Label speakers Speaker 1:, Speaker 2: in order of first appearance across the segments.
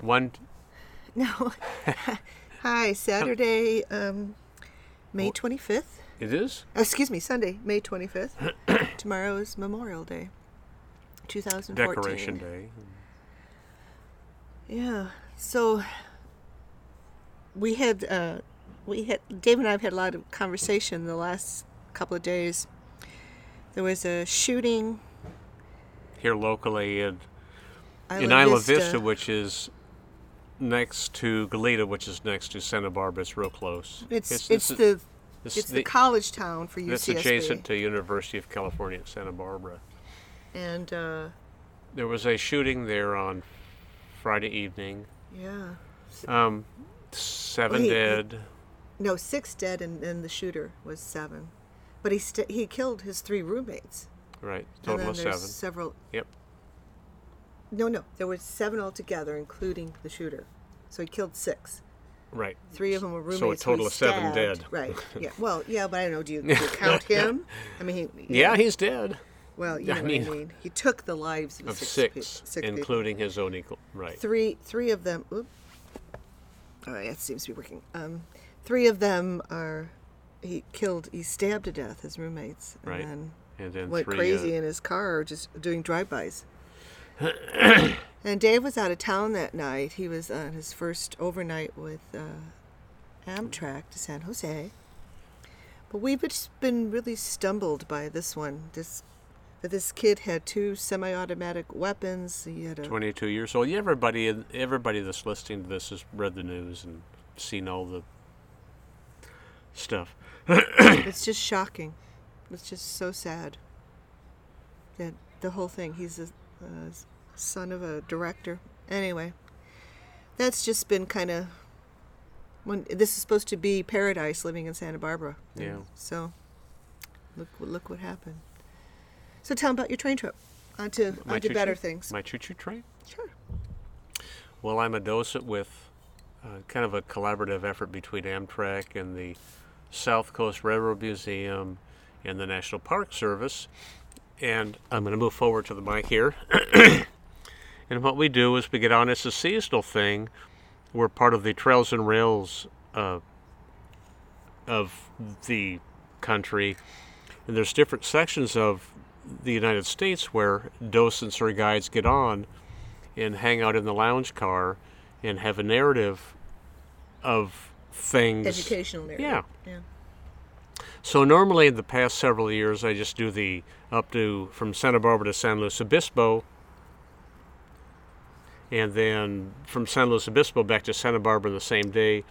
Speaker 1: One.
Speaker 2: No. Hi, Saturday, um, May 25th.
Speaker 1: It is.
Speaker 2: Oh, excuse me, Sunday, May 25th. Tomorrow is Memorial Day, 2014.
Speaker 1: Decoration Day.
Speaker 2: Yeah. So we had uh, we had Dave and I have had a lot of conversation the last couple of days. There was a shooting
Speaker 1: here locally in
Speaker 2: Isla
Speaker 1: in Isla Vista. which is next to Goleta, which is next to Santa Barbara. It's real close.
Speaker 2: It's it's,
Speaker 1: this
Speaker 2: the
Speaker 1: is- this
Speaker 2: it's
Speaker 1: is
Speaker 2: the, college town for UCSB.
Speaker 1: that's adjacent to University of California at Santa Barbara.
Speaker 2: and uh,
Speaker 1: There was a shooting there on Friday evening.
Speaker 2: yeah,
Speaker 1: Um, seven
Speaker 2: Wait,
Speaker 1: dead.
Speaker 2: no, six dead, and then the shooter was seven, but he st- he killed his three roommates.
Speaker 1: Right,
Speaker 2: and
Speaker 1: total
Speaker 2: then
Speaker 1: of
Speaker 2: there's
Speaker 1: seven.
Speaker 2: several
Speaker 1: Yep.
Speaker 2: No, no. There were seven altogether, including the shooter. So he killed six.
Speaker 1: Right.
Speaker 2: Three of them were roommates.
Speaker 1: So a
Speaker 2: who he
Speaker 1: total of seven
Speaker 2: stabbed.
Speaker 1: dead.
Speaker 2: Right. Yeah. Well, yeah, but I don't know. Do you, do you count him? I mean, he,
Speaker 1: Yeah, he's dead.
Speaker 2: Well, you know
Speaker 1: I
Speaker 2: what
Speaker 1: mean-
Speaker 2: I mean. He took the lives of,
Speaker 1: Of
Speaker 2: six,
Speaker 1: six,
Speaker 2: peo- six people.
Speaker 1: including his own equal. Right.
Speaker 2: Three, three of them. Oop. All right, that seems to be working. Um, three of them are. He killed. He stabbed to death his roommates. And
Speaker 1: Right.
Speaker 2: Then
Speaker 1: and then
Speaker 2: went
Speaker 1: three,
Speaker 2: crazy
Speaker 1: uh,
Speaker 2: in his car just doing drive-bys. and Dave was out of town that night. He was on his first overnight with uh, Amtrak to San Jose. But we've just been really stumbled by this one. This that this kid had two semi-automatic weapons. He had a
Speaker 1: 22 years old. Yeah, everybody, in- everybody that's listening to this has read the news and seen all the stuff.
Speaker 2: it's just shocking. It's just so sad. That the whole thing. He's a, a son of a director. Anyway, that's just been kind of. When this is supposed to be paradise, living in Santa Barbara.
Speaker 1: Yeah.
Speaker 2: So, look look what happened. So tell 'em about your train trip. On to, on to
Speaker 1: choo-choo-
Speaker 2: better things.
Speaker 1: My choo-choo train.
Speaker 2: sure.
Speaker 1: Well, I'm a docent with uh, kind of a collaborative effort between Amtrak and the South Coast Railroad Museum and the National Park Service. And I'm going to move forward to the mic here. and what we do is we get on, it's a seasonal thing. We're part of the Trails and Rails uh, of the country. And there's different sections of the United States where docents or guides get on and hang out in the lounge car and have a narrative of things.
Speaker 2: Educational area.
Speaker 1: Yeah.
Speaker 2: Yeah.
Speaker 1: So normally in the past several years, I just do the up to from Santa Barbara to San Luis Obispo, and then from San Luis Obispo back to Santa Barbara the same day.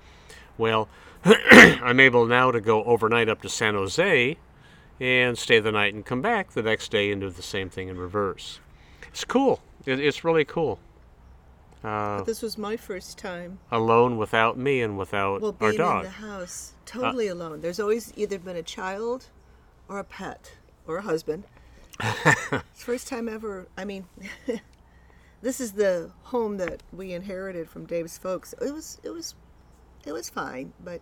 Speaker 1: Well, I'm able now to go overnight up to San Jose and stay the night and come back the next day and do the same thing in reverse. It's cool. It, it's really cool. Uh,
Speaker 2: This was my first time
Speaker 1: alone without me and without
Speaker 2: Well,
Speaker 1: our
Speaker 2: being in
Speaker 1: dog. Uh,
Speaker 2: the house, totally alone. There's always either been a child, or a pet, or a husband. It's First time ever. I mean, this is the home that we inherited from Dave's folks. It was, it was, it was fine, but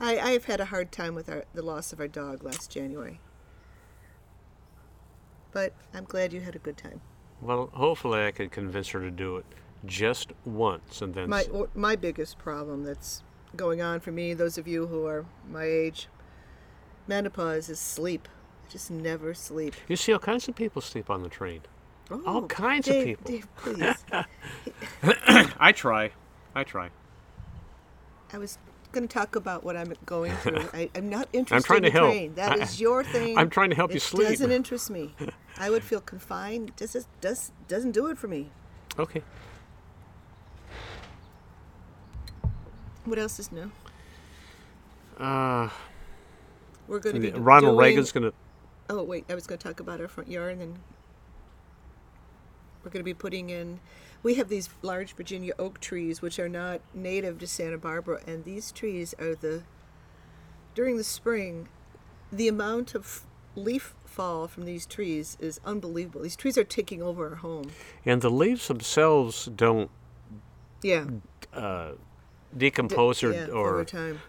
Speaker 2: I, I have had a hard time with our, the loss of our dog last January. But I'm glad you had a good time.
Speaker 1: Well, hopefully I could convince her to do it just once and then
Speaker 2: my
Speaker 1: s-
Speaker 2: or, my biggest problem that's going on for me those of you who are my age menopause is sleep i just never sleep
Speaker 1: You see all kinds of people sleep on the train. All
Speaker 2: Oh,
Speaker 1: kinds of
Speaker 2: Dave,
Speaker 1: people.
Speaker 2: Dave, please
Speaker 1: I try. I try.
Speaker 2: i was going to talk about what i'm going through I, i'm not interested
Speaker 1: trying
Speaker 2: in
Speaker 1: to
Speaker 2: the
Speaker 1: help.
Speaker 2: train that
Speaker 1: I-
Speaker 2: is your thing
Speaker 1: I'm trying to help you
Speaker 2: It
Speaker 1: sleep.
Speaker 2: doesn't interest me i would feel confined just does, does, doesn't do it for me
Speaker 1: Okay.
Speaker 2: what else is new
Speaker 1: Uh,
Speaker 2: we're going to be
Speaker 1: Ronald
Speaker 2: doing-
Speaker 1: Reagan's going to.
Speaker 2: Oh wait, I was going to talk about our front yard, and then we're going to be putting in. We have these large Virginia oak trees, which are not native to Santa Barbara, and these trees are the during the spring, the amount of leaf fall from these trees is unbelievable. These trees are taking over our home.
Speaker 1: And the leaves themselves don't
Speaker 2: Yeah,
Speaker 1: decompose or,
Speaker 2: yeah, over
Speaker 1: or
Speaker 2: time.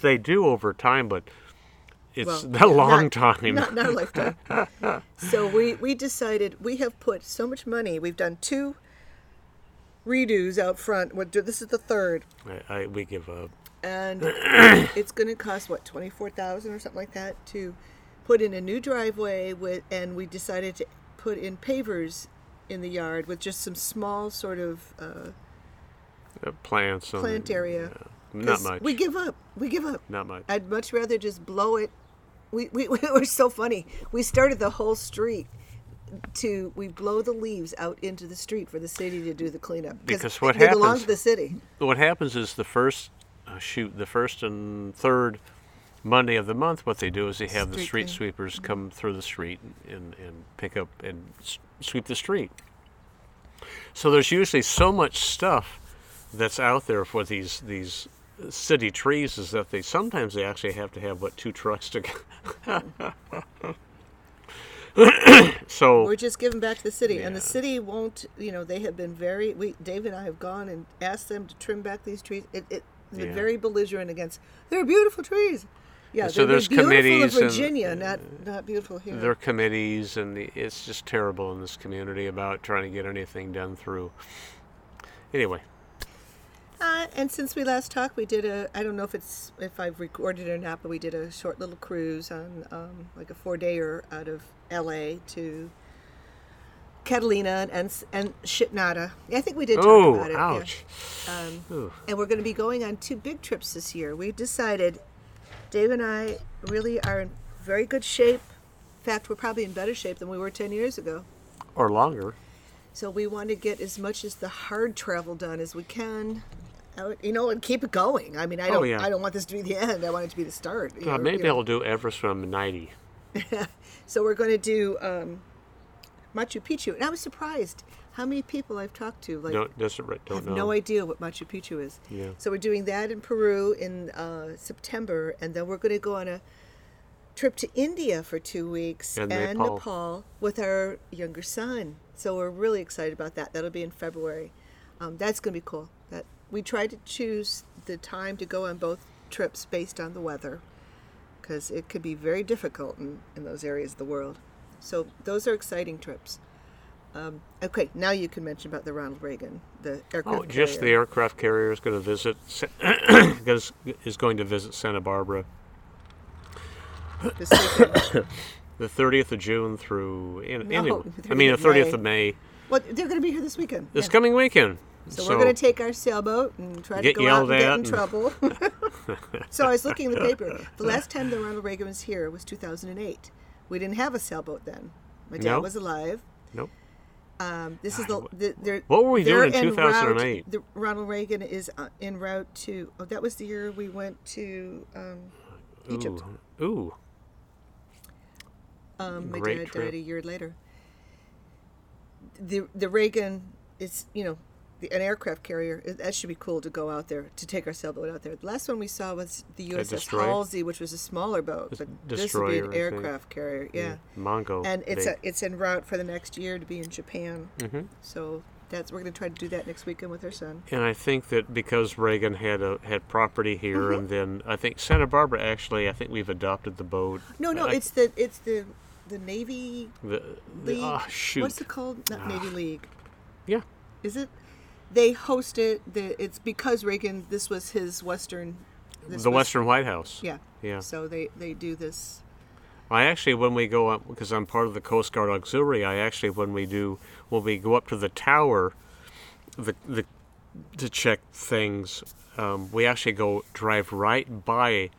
Speaker 1: they do over time, but it's a
Speaker 2: Well,
Speaker 1: long
Speaker 2: not-
Speaker 1: time.
Speaker 2: Not, not a lifetime. so we, we decided we have put so much money. We've done two redos out front. What this is the third,
Speaker 1: I, I, we give up.
Speaker 2: and it's going to cost what twenty four thousand or something like that to put in a new driveway with. And we decided to put in pavers in the yard with just some small sort of uh,
Speaker 1: Uh, plants. On
Speaker 2: plant
Speaker 1: it,
Speaker 2: area.
Speaker 1: yeah. Not
Speaker 2: 'Cause
Speaker 1: much.
Speaker 2: We give up. We give up.
Speaker 1: Not much.
Speaker 2: I'd much rather just blow it. We, we, we were so funny. We started the whole street to we blow the leaves out into the street for the city to do the cleanup
Speaker 1: Because what
Speaker 2: they belong
Speaker 1: happens-
Speaker 2: to the city.
Speaker 1: what happens is the first uh, shoot the first and third Monday of the month what they do is they have the
Speaker 2: Street
Speaker 1: street
Speaker 2: clean.
Speaker 1: sweepers come through the street and, and pick up and s- sweep the street so there's usually so much stuff that's out there for these these city trees is that they sometimes they actually have to have what two trucks to so
Speaker 2: We're just giving back to the city, and the
Speaker 1: Oh. Yeah.
Speaker 2: city won't. You know, they have been very. We Dave and I have gone and asked them to trim back these trees. It, it they're
Speaker 1: Yeah.
Speaker 2: very belligerent against. They're beautiful trees. Yeah,
Speaker 1: And so
Speaker 2: they're
Speaker 1: there's
Speaker 2: beautiful in
Speaker 1: committees and-
Speaker 2: Virginia, not not beautiful here.
Speaker 1: their committees and the, it's just terrible in this community about trying to get anything done through anyway
Speaker 2: Uh, and since we last talked, we did a. I don't know if it's if I've recorded it or not, but we did a short little cruise on um, like a four dayer out of L.A. to Catalina and and Shitnada. I think we did talk
Speaker 1: oh
Speaker 2: about it. yeah.
Speaker 1: ouch Ooh.
Speaker 2: And we're going to be going on two big trips this year. We decided, Dave and I really are in very good shape. In fact, we're probably in better shape than we were ten years ago.
Speaker 1: or longer
Speaker 2: So we want to get as much as the hard travel done as we can. I would- You know, and keep it going. I mean, I
Speaker 1: Oh,
Speaker 2: don't,
Speaker 1: yeah.
Speaker 2: I don't want this to be the end. I want it to be the start. you
Speaker 1: Uh,
Speaker 2: know,
Speaker 1: maybe
Speaker 2: you know.
Speaker 1: i'll do everest from 90
Speaker 2: So we're going to do um, Machu Picchu, and I was surprised how many people I've talked to like
Speaker 1: don't doesn't re- don't
Speaker 2: have
Speaker 1: know
Speaker 2: no idea what Machu Picchu is.
Speaker 1: Yeah.
Speaker 2: So we're doing that in Peru in uh, September, and then we're going to go on a trip to India for two weeks
Speaker 1: And Nepal.
Speaker 2: Nepal with our younger son. So we're really excited about that. That'll be in February. Um, that's going to be cool. That we try to choose the time to go on both trips based on the weather, because it could be very difficult in, in those areas of the world. So those are exciting trips. Um, okay, now you can mention about the Ronald Reagan, the aircraft.
Speaker 1: oh just the
Speaker 2: carrier.
Speaker 1: aircraft carrier is going to visit Sa- is- is going to visit santa barbara
Speaker 2: This weekend.
Speaker 1: the 30th of june through in,
Speaker 2: No,
Speaker 1: anyway. i mean the 30th of may
Speaker 2: well, they're going to be here this weekend.
Speaker 1: this
Speaker 2: yeah.
Speaker 1: coming weekend
Speaker 2: So, we're going to take our sailboat and try to
Speaker 1: Get
Speaker 2: go out
Speaker 1: yelled
Speaker 2: and get
Speaker 1: at
Speaker 2: in
Speaker 1: and-
Speaker 2: trouble. so I was looking in the paper. The last time the Ronald Reagan was here was 2008. We didn't have a sailboat then. My dad
Speaker 1: No.
Speaker 2: was alive.
Speaker 1: nope
Speaker 2: Um, this is the, the they're,
Speaker 1: What were we
Speaker 2: they're
Speaker 1: doing in
Speaker 2: en route-
Speaker 1: 2008?
Speaker 2: The Ronald Reagan is uh, en route to. Oh, that was the year we went to. Um, Egypt.
Speaker 1: ooh ooh
Speaker 2: um, my
Speaker 1: Great
Speaker 2: dad
Speaker 1: trip.
Speaker 2: died a year later. The the Reagan is you know the, an aircraft carrier. It, that should be cool to go out there to take our sailboat out there. The last one we saw was the USS
Speaker 1: destroyer?
Speaker 2: Halsey, which was a smaller boat, but this would be
Speaker 1: destroyer, I
Speaker 2: an
Speaker 1: think.
Speaker 2: aircraft carrier. Yeah,
Speaker 1: mongo
Speaker 2: and it's
Speaker 1: they- Mm-hmm.
Speaker 2: a, it's en route for the next year to be in Japan. So that's we're going to try to do that next weekend with our son.
Speaker 1: And I think that because Reagan had a had property here,
Speaker 2: Mm-hmm.
Speaker 1: and then I think Santa Barbara actually, I think we've adopted the boat.
Speaker 2: No, no,
Speaker 1: I-
Speaker 2: it's the it's the the Navy
Speaker 1: the, the
Speaker 2: League.
Speaker 1: ah, shoot. Ah.
Speaker 2: What's it called? Not Navy League.
Speaker 1: yeah,
Speaker 2: Is it? They host it. The, it's because Reagan. This was his Western. This
Speaker 1: the
Speaker 2: was-
Speaker 1: Western White House.
Speaker 2: Yeah.
Speaker 1: yeah.
Speaker 2: So they they do this.
Speaker 1: I actually, when we go up, because I'm part of the Coast Guard Auxiliary, I actually, when we do, when we go up to the tower, the the to check things, um, we actually go drive right by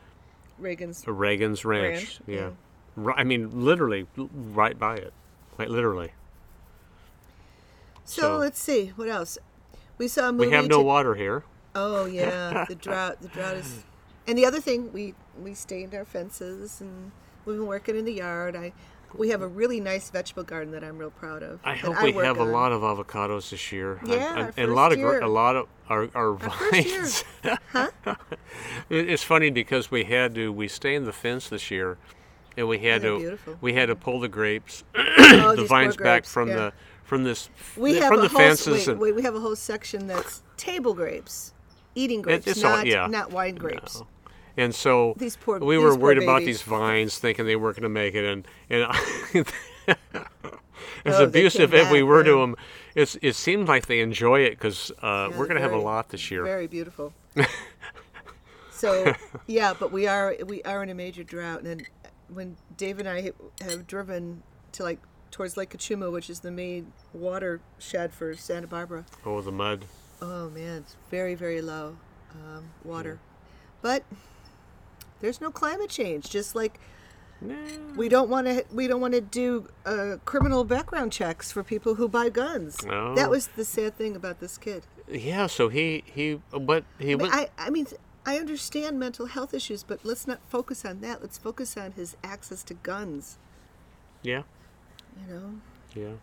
Speaker 2: Reagan's.
Speaker 1: Reagan's Ranch.
Speaker 2: Ranch,
Speaker 1: Yeah.
Speaker 2: yeah.
Speaker 1: Ri- I mean, literally, l- right by it, quite literally.
Speaker 2: So,
Speaker 1: so-
Speaker 2: let's see what else. We saw a movie.
Speaker 1: We have no
Speaker 2: to-
Speaker 1: water here.
Speaker 2: Oh yeah, the drought. The drought is. And the other thing, we we stained our fences, and we've been working in the yard. I. We have a really nice vegetable garden that I'm real proud of.
Speaker 1: I
Speaker 2: that
Speaker 1: hope we
Speaker 2: work
Speaker 1: have a
Speaker 2: on.
Speaker 1: lot of avocados this year. I-
Speaker 2: Yeah,
Speaker 1: I-
Speaker 2: our
Speaker 1: and a
Speaker 2: first
Speaker 1: lot of gr-
Speaker 2: year.
Speaker 1: a lot of our, our
Speaker 2: first year.
Speaker 1: vines. It- it's funny because we had to we stained the fence this year, and we had
Speaker 2: They're
Speaker 1: to
Speaker 2: beautiful.
Speaker 1: we had to pull the grapes,
Speaker 2: Oh, these
Speaker 1: the
Speaker 2: poor
Speaker 1: vines back
Speaker 2: grapes,
Speaker 1: from
Speaker 2: yeah.
Speaker 1: the from this
Speaker 2: We have
Speaker 1: from
Speaker 2: a
Speaker 1: the
Speaker 2: whole,
Speaker 1: fences
Speaker 2: wait,
Speaker 1: and
Speaker 2: wait, we have a whole section that's table grapes, eating grapes,
Speaker 1: it's all-
Speaker 2: not
Speaker 1: yeah.
Speaker 2: not wine grapes.
Speaker 1: and so
Speaker 2: These poor-
Speaker 1: we
Speaker 2: these
Speaker 1: were
Speaker 2: poor
Speaker 1: worried about
Speaker 2: babies.
Speaker 1: these vines, thinking they weren't going to make it, and and. I- as
Speaker 2: Oh, they came
Speaker 1: abusive as we
Speaker 2: back,
Speaker 1: were
Speaker 2: yeah.
Speaker 1: to them, it's, it seemed like they enjoy it because uh,
Speaker 2: Yeah,
Speaker 1: we're going to have a
Speaker 2: very-
Speaker 1: lot this year.
Speaker 2: Very beautiful. so yeah, but we are we are in a major drought, and then when Dave and I have driven to like towards Lake Kachuma, which is the main watershed for Santa Barbara.
Speaker 1: oh, the mud.
Speaker 2: Oh man, it's very very low um, water, but there's no climate change. Just like
Speaker 1: Nah.
Speaker 2: we don't want to we don't want to do uh, criminal background checks for people who buy guns.
Speaker 1: No.
Speaker 2: That was the sad thing about this kid.
Speaker 1: Yeah, so he, he uh, but he
Speaker 2: But
Speaker 1: went.
Speaker 2: I, I mean, I understand mental health issues, but let's not focus on that. Let's focus on his access to guns.
Speaker 1: yeah,
Speaker 2: You know.
Speaker 1: yeah.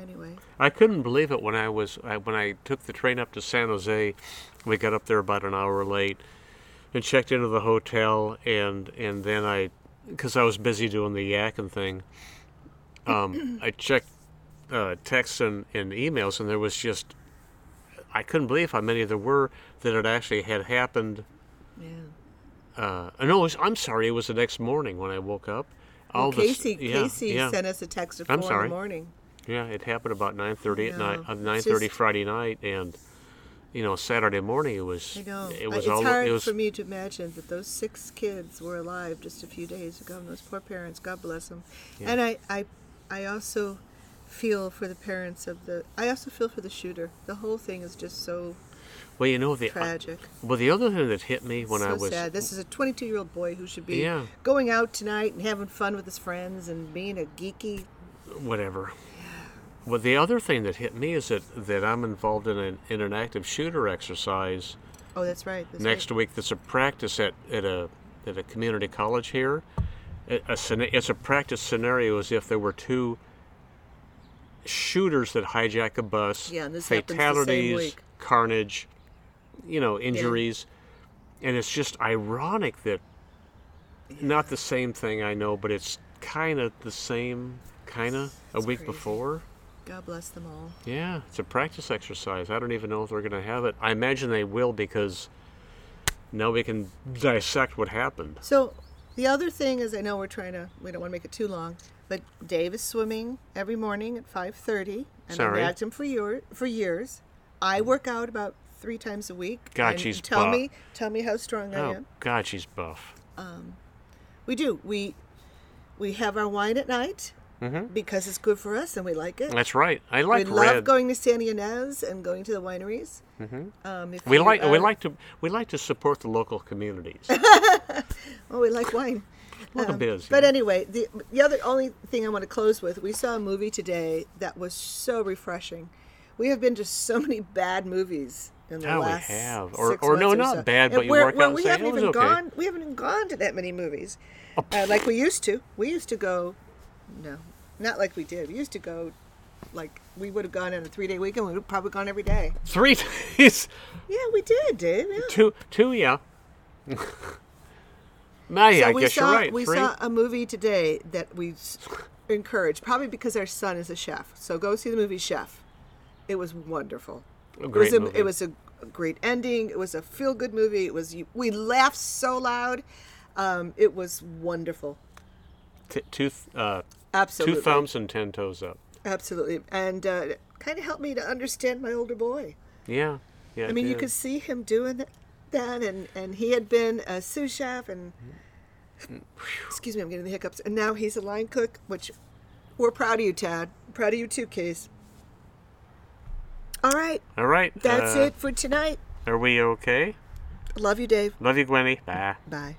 Speaker 2: Anyway,
Speaker 1: I couldn't believe it when I was I, when I took the train up to San Jose. We got up there about an hour late and checked into the hotel, and and then I, because I was busy doing the yakking thing, um, I checked uh, texts and, and emails, and there was just I couldn't believe how many there were that had actually had happened.
Speaker 2: yeah.
Speaker 1: Uh, no, it was, I'm sorry, it was the next morning when I woke up. All
Speaker 2: Well,
Speaker 1: the s-
Speaker 2: Casey,
Speaker 1: yeah,
Speaker 2: Casey
Speaker 1: yeah.
Speaker 2: sent us a text at
Speaker 1: I'm
Speaker 2: four in
Speaker 1: sorry.
Speaker 2: the morning.
Speaker 1: Yeah, it happened about nine thirty at night,
Speaker 2: know.
Speaker 1: uh,
Speaker 2: It's
Speaker 1: nine thirty
Speaker 2: just-
Speaker 1: Friday night, and you know Saturday morning it was.
Speaker 2: I know.
Speaker 1: It was
Speaker 2: it's
Speaker 1: all.
Speaker 2: hard
Speaker 1: it was.
Speaker 2: for me to imagine that those six kids were alive just a few days ago. And those poor parents, God bless them. And I, I, I also feel for the parents of the. I also feel for the shooter. The whole thing is just so
Speaker 1: well, you know the. uh,
Speaker 2: tragic.
Speaker 1: well, the other thing that hit me when
Speaker 2: so
Speaker 1: I was.
Speaker 2: sad. This is a 22 year old boy who should be
Speaker 1: Yeah.
Speaker 2: going out tonight and having fun with his friends and being a geeky.
Speaker 1: whatever. Well, the other thing that hit me is that, that I'm involved in an, in an active shooter exercise
Speaker 2: Oh, that's right. That's
Speaker 1: next
Speaker 2: right.
Speaker 1: week. That's a practice at, at a at a community college here. A, a, scena- it's a practice scenario as if there were two shooters that hijack a bus.
Speaker 2: Yeah, and this happens the same
Speaker 1: fatalities,
Speaker 2: week.
Speaker 1: carnage, you know, injuries, and it's just ironic that not the same thing I know, but it's kind of the same kind of a
Speaker 2: It's
Speaker 1: week
Speaker 2: crazy.
Speaker 1: before.
Speaker 2: God bless them all.
Speaker 1: Yeah, it's a practice exercise. I don't even know if they're going to have it. I imagine they will because now we can dissect what happened.
Speaker 2: So the other thing is, I know we're trying to. We don't want to make it too long, but Dave is swimming every morning at 5:30, and
Speaker 1: Sorry.
Speaker 2: I nagged him for year, for years. I work out about three times a week.
Speaker 1: God,
Speaker 2: and
Speaker 1: she's
Speaker 2: tell
Speaker 1: buff.
Speaker 2: me, tell me how strong I
Speaker 1: Oh,
Speaker 2: am.
Speaker 1: God, she's buff.
Speaker 2: We do. We we have our wine at night
Speaker 1: Mm-hmm.
Speaker 2: because it's good for us and we like it.
Speaker 1: That's right. I like
Speaker 2: we
Speaker 1: red.
Speaker 2: love going to San Ynez and going to the wineries. Mm-hmm. Um, if
Speaker 1: we
Speaker 2: you
Speaker 1: like we
Speaker 2: are-
Speaker 1: like to we like to support the local communities.
Speaker 2: Oh, we like wine. Um,
Speaker 1: Local biz.
Speaker 2: But
Speaker 1: yeah.
Speaker 2: anyway, the the other only thing I want to close with, we saw a movie today that was so refreshing. We have been to so many bad movies in the
Speaker 1: Yeah, we
Speaker 2: last
Speaker 1: have. Or-
Speaker 2: six
Speaker 1: or no,
Speaker 2: months
Speaker 1: not
Speaker 2: so.
Speaker 1: bad, but
Speaker 2: And
Speaker 1: you
Speaker 2: we're-
Speaker 1: work
Speaker 2: we're-
Speaker 1: out and
Speaker 2: We
Speaker 1: say,
Speaker 2: haven't
Speaker 1: "Oh, it was
Speaker 2: even
Speaker 1: okay." Oh,
Speaker 2: gone. We haven't even gone to that many movies, uh, like we used to. We used to go. No, not like we did. We used to go. Like we would have gone on a three day weekend. We would have probably gone every day.
Speaker 1: three days,
Speaker 2: Yeah, we did, Dave. Yeah.
Speaker 1: two two yeah. nah, yeah, I
Speaker 2: we
Speaker 1: guess
Speaker 2: saw,
Speaker 1: you're right.
Speaker 2: We
Speaker 1: three.
Speaker 2: saw a movie today that we s- encouraged, probably because our son is a chef. So go see the movie Chef. It was wonderful.
Speaker 1: A great
Speaker 2: it was a,
Speaker 1: movie.
Speaker 2: It was a great ending. It was a feel good movie. It was we laughed so loud. Um, it was wonderful.
Speaker 1: T- two th- uh, two
Speaker 2: Absolutely.
Speaker 1: thumbs and ten toes up.
Speaker 2: Absolutely. And uh, kind of helped me to understand my older boy.
Speaker 1: Yeah, yeah.
Speaker 2: I mean, you could see him doing th- that, and, and he had been a sous chef, and excuse me, I'm getting the hiccups. And now he's a line cook, which we're proud of you, Tad. Proud of you too, Case. All right,
Speaker 1: All right.
Speaker 2: that's
Speaker 1: uh,
Speaker 2: it for tonight.
Speaker 1: Are we okay?
Speaker 2: Love you, Dave.
Speaker 1: Love you, Gwenny. Bye.
Speaker 2: Bye.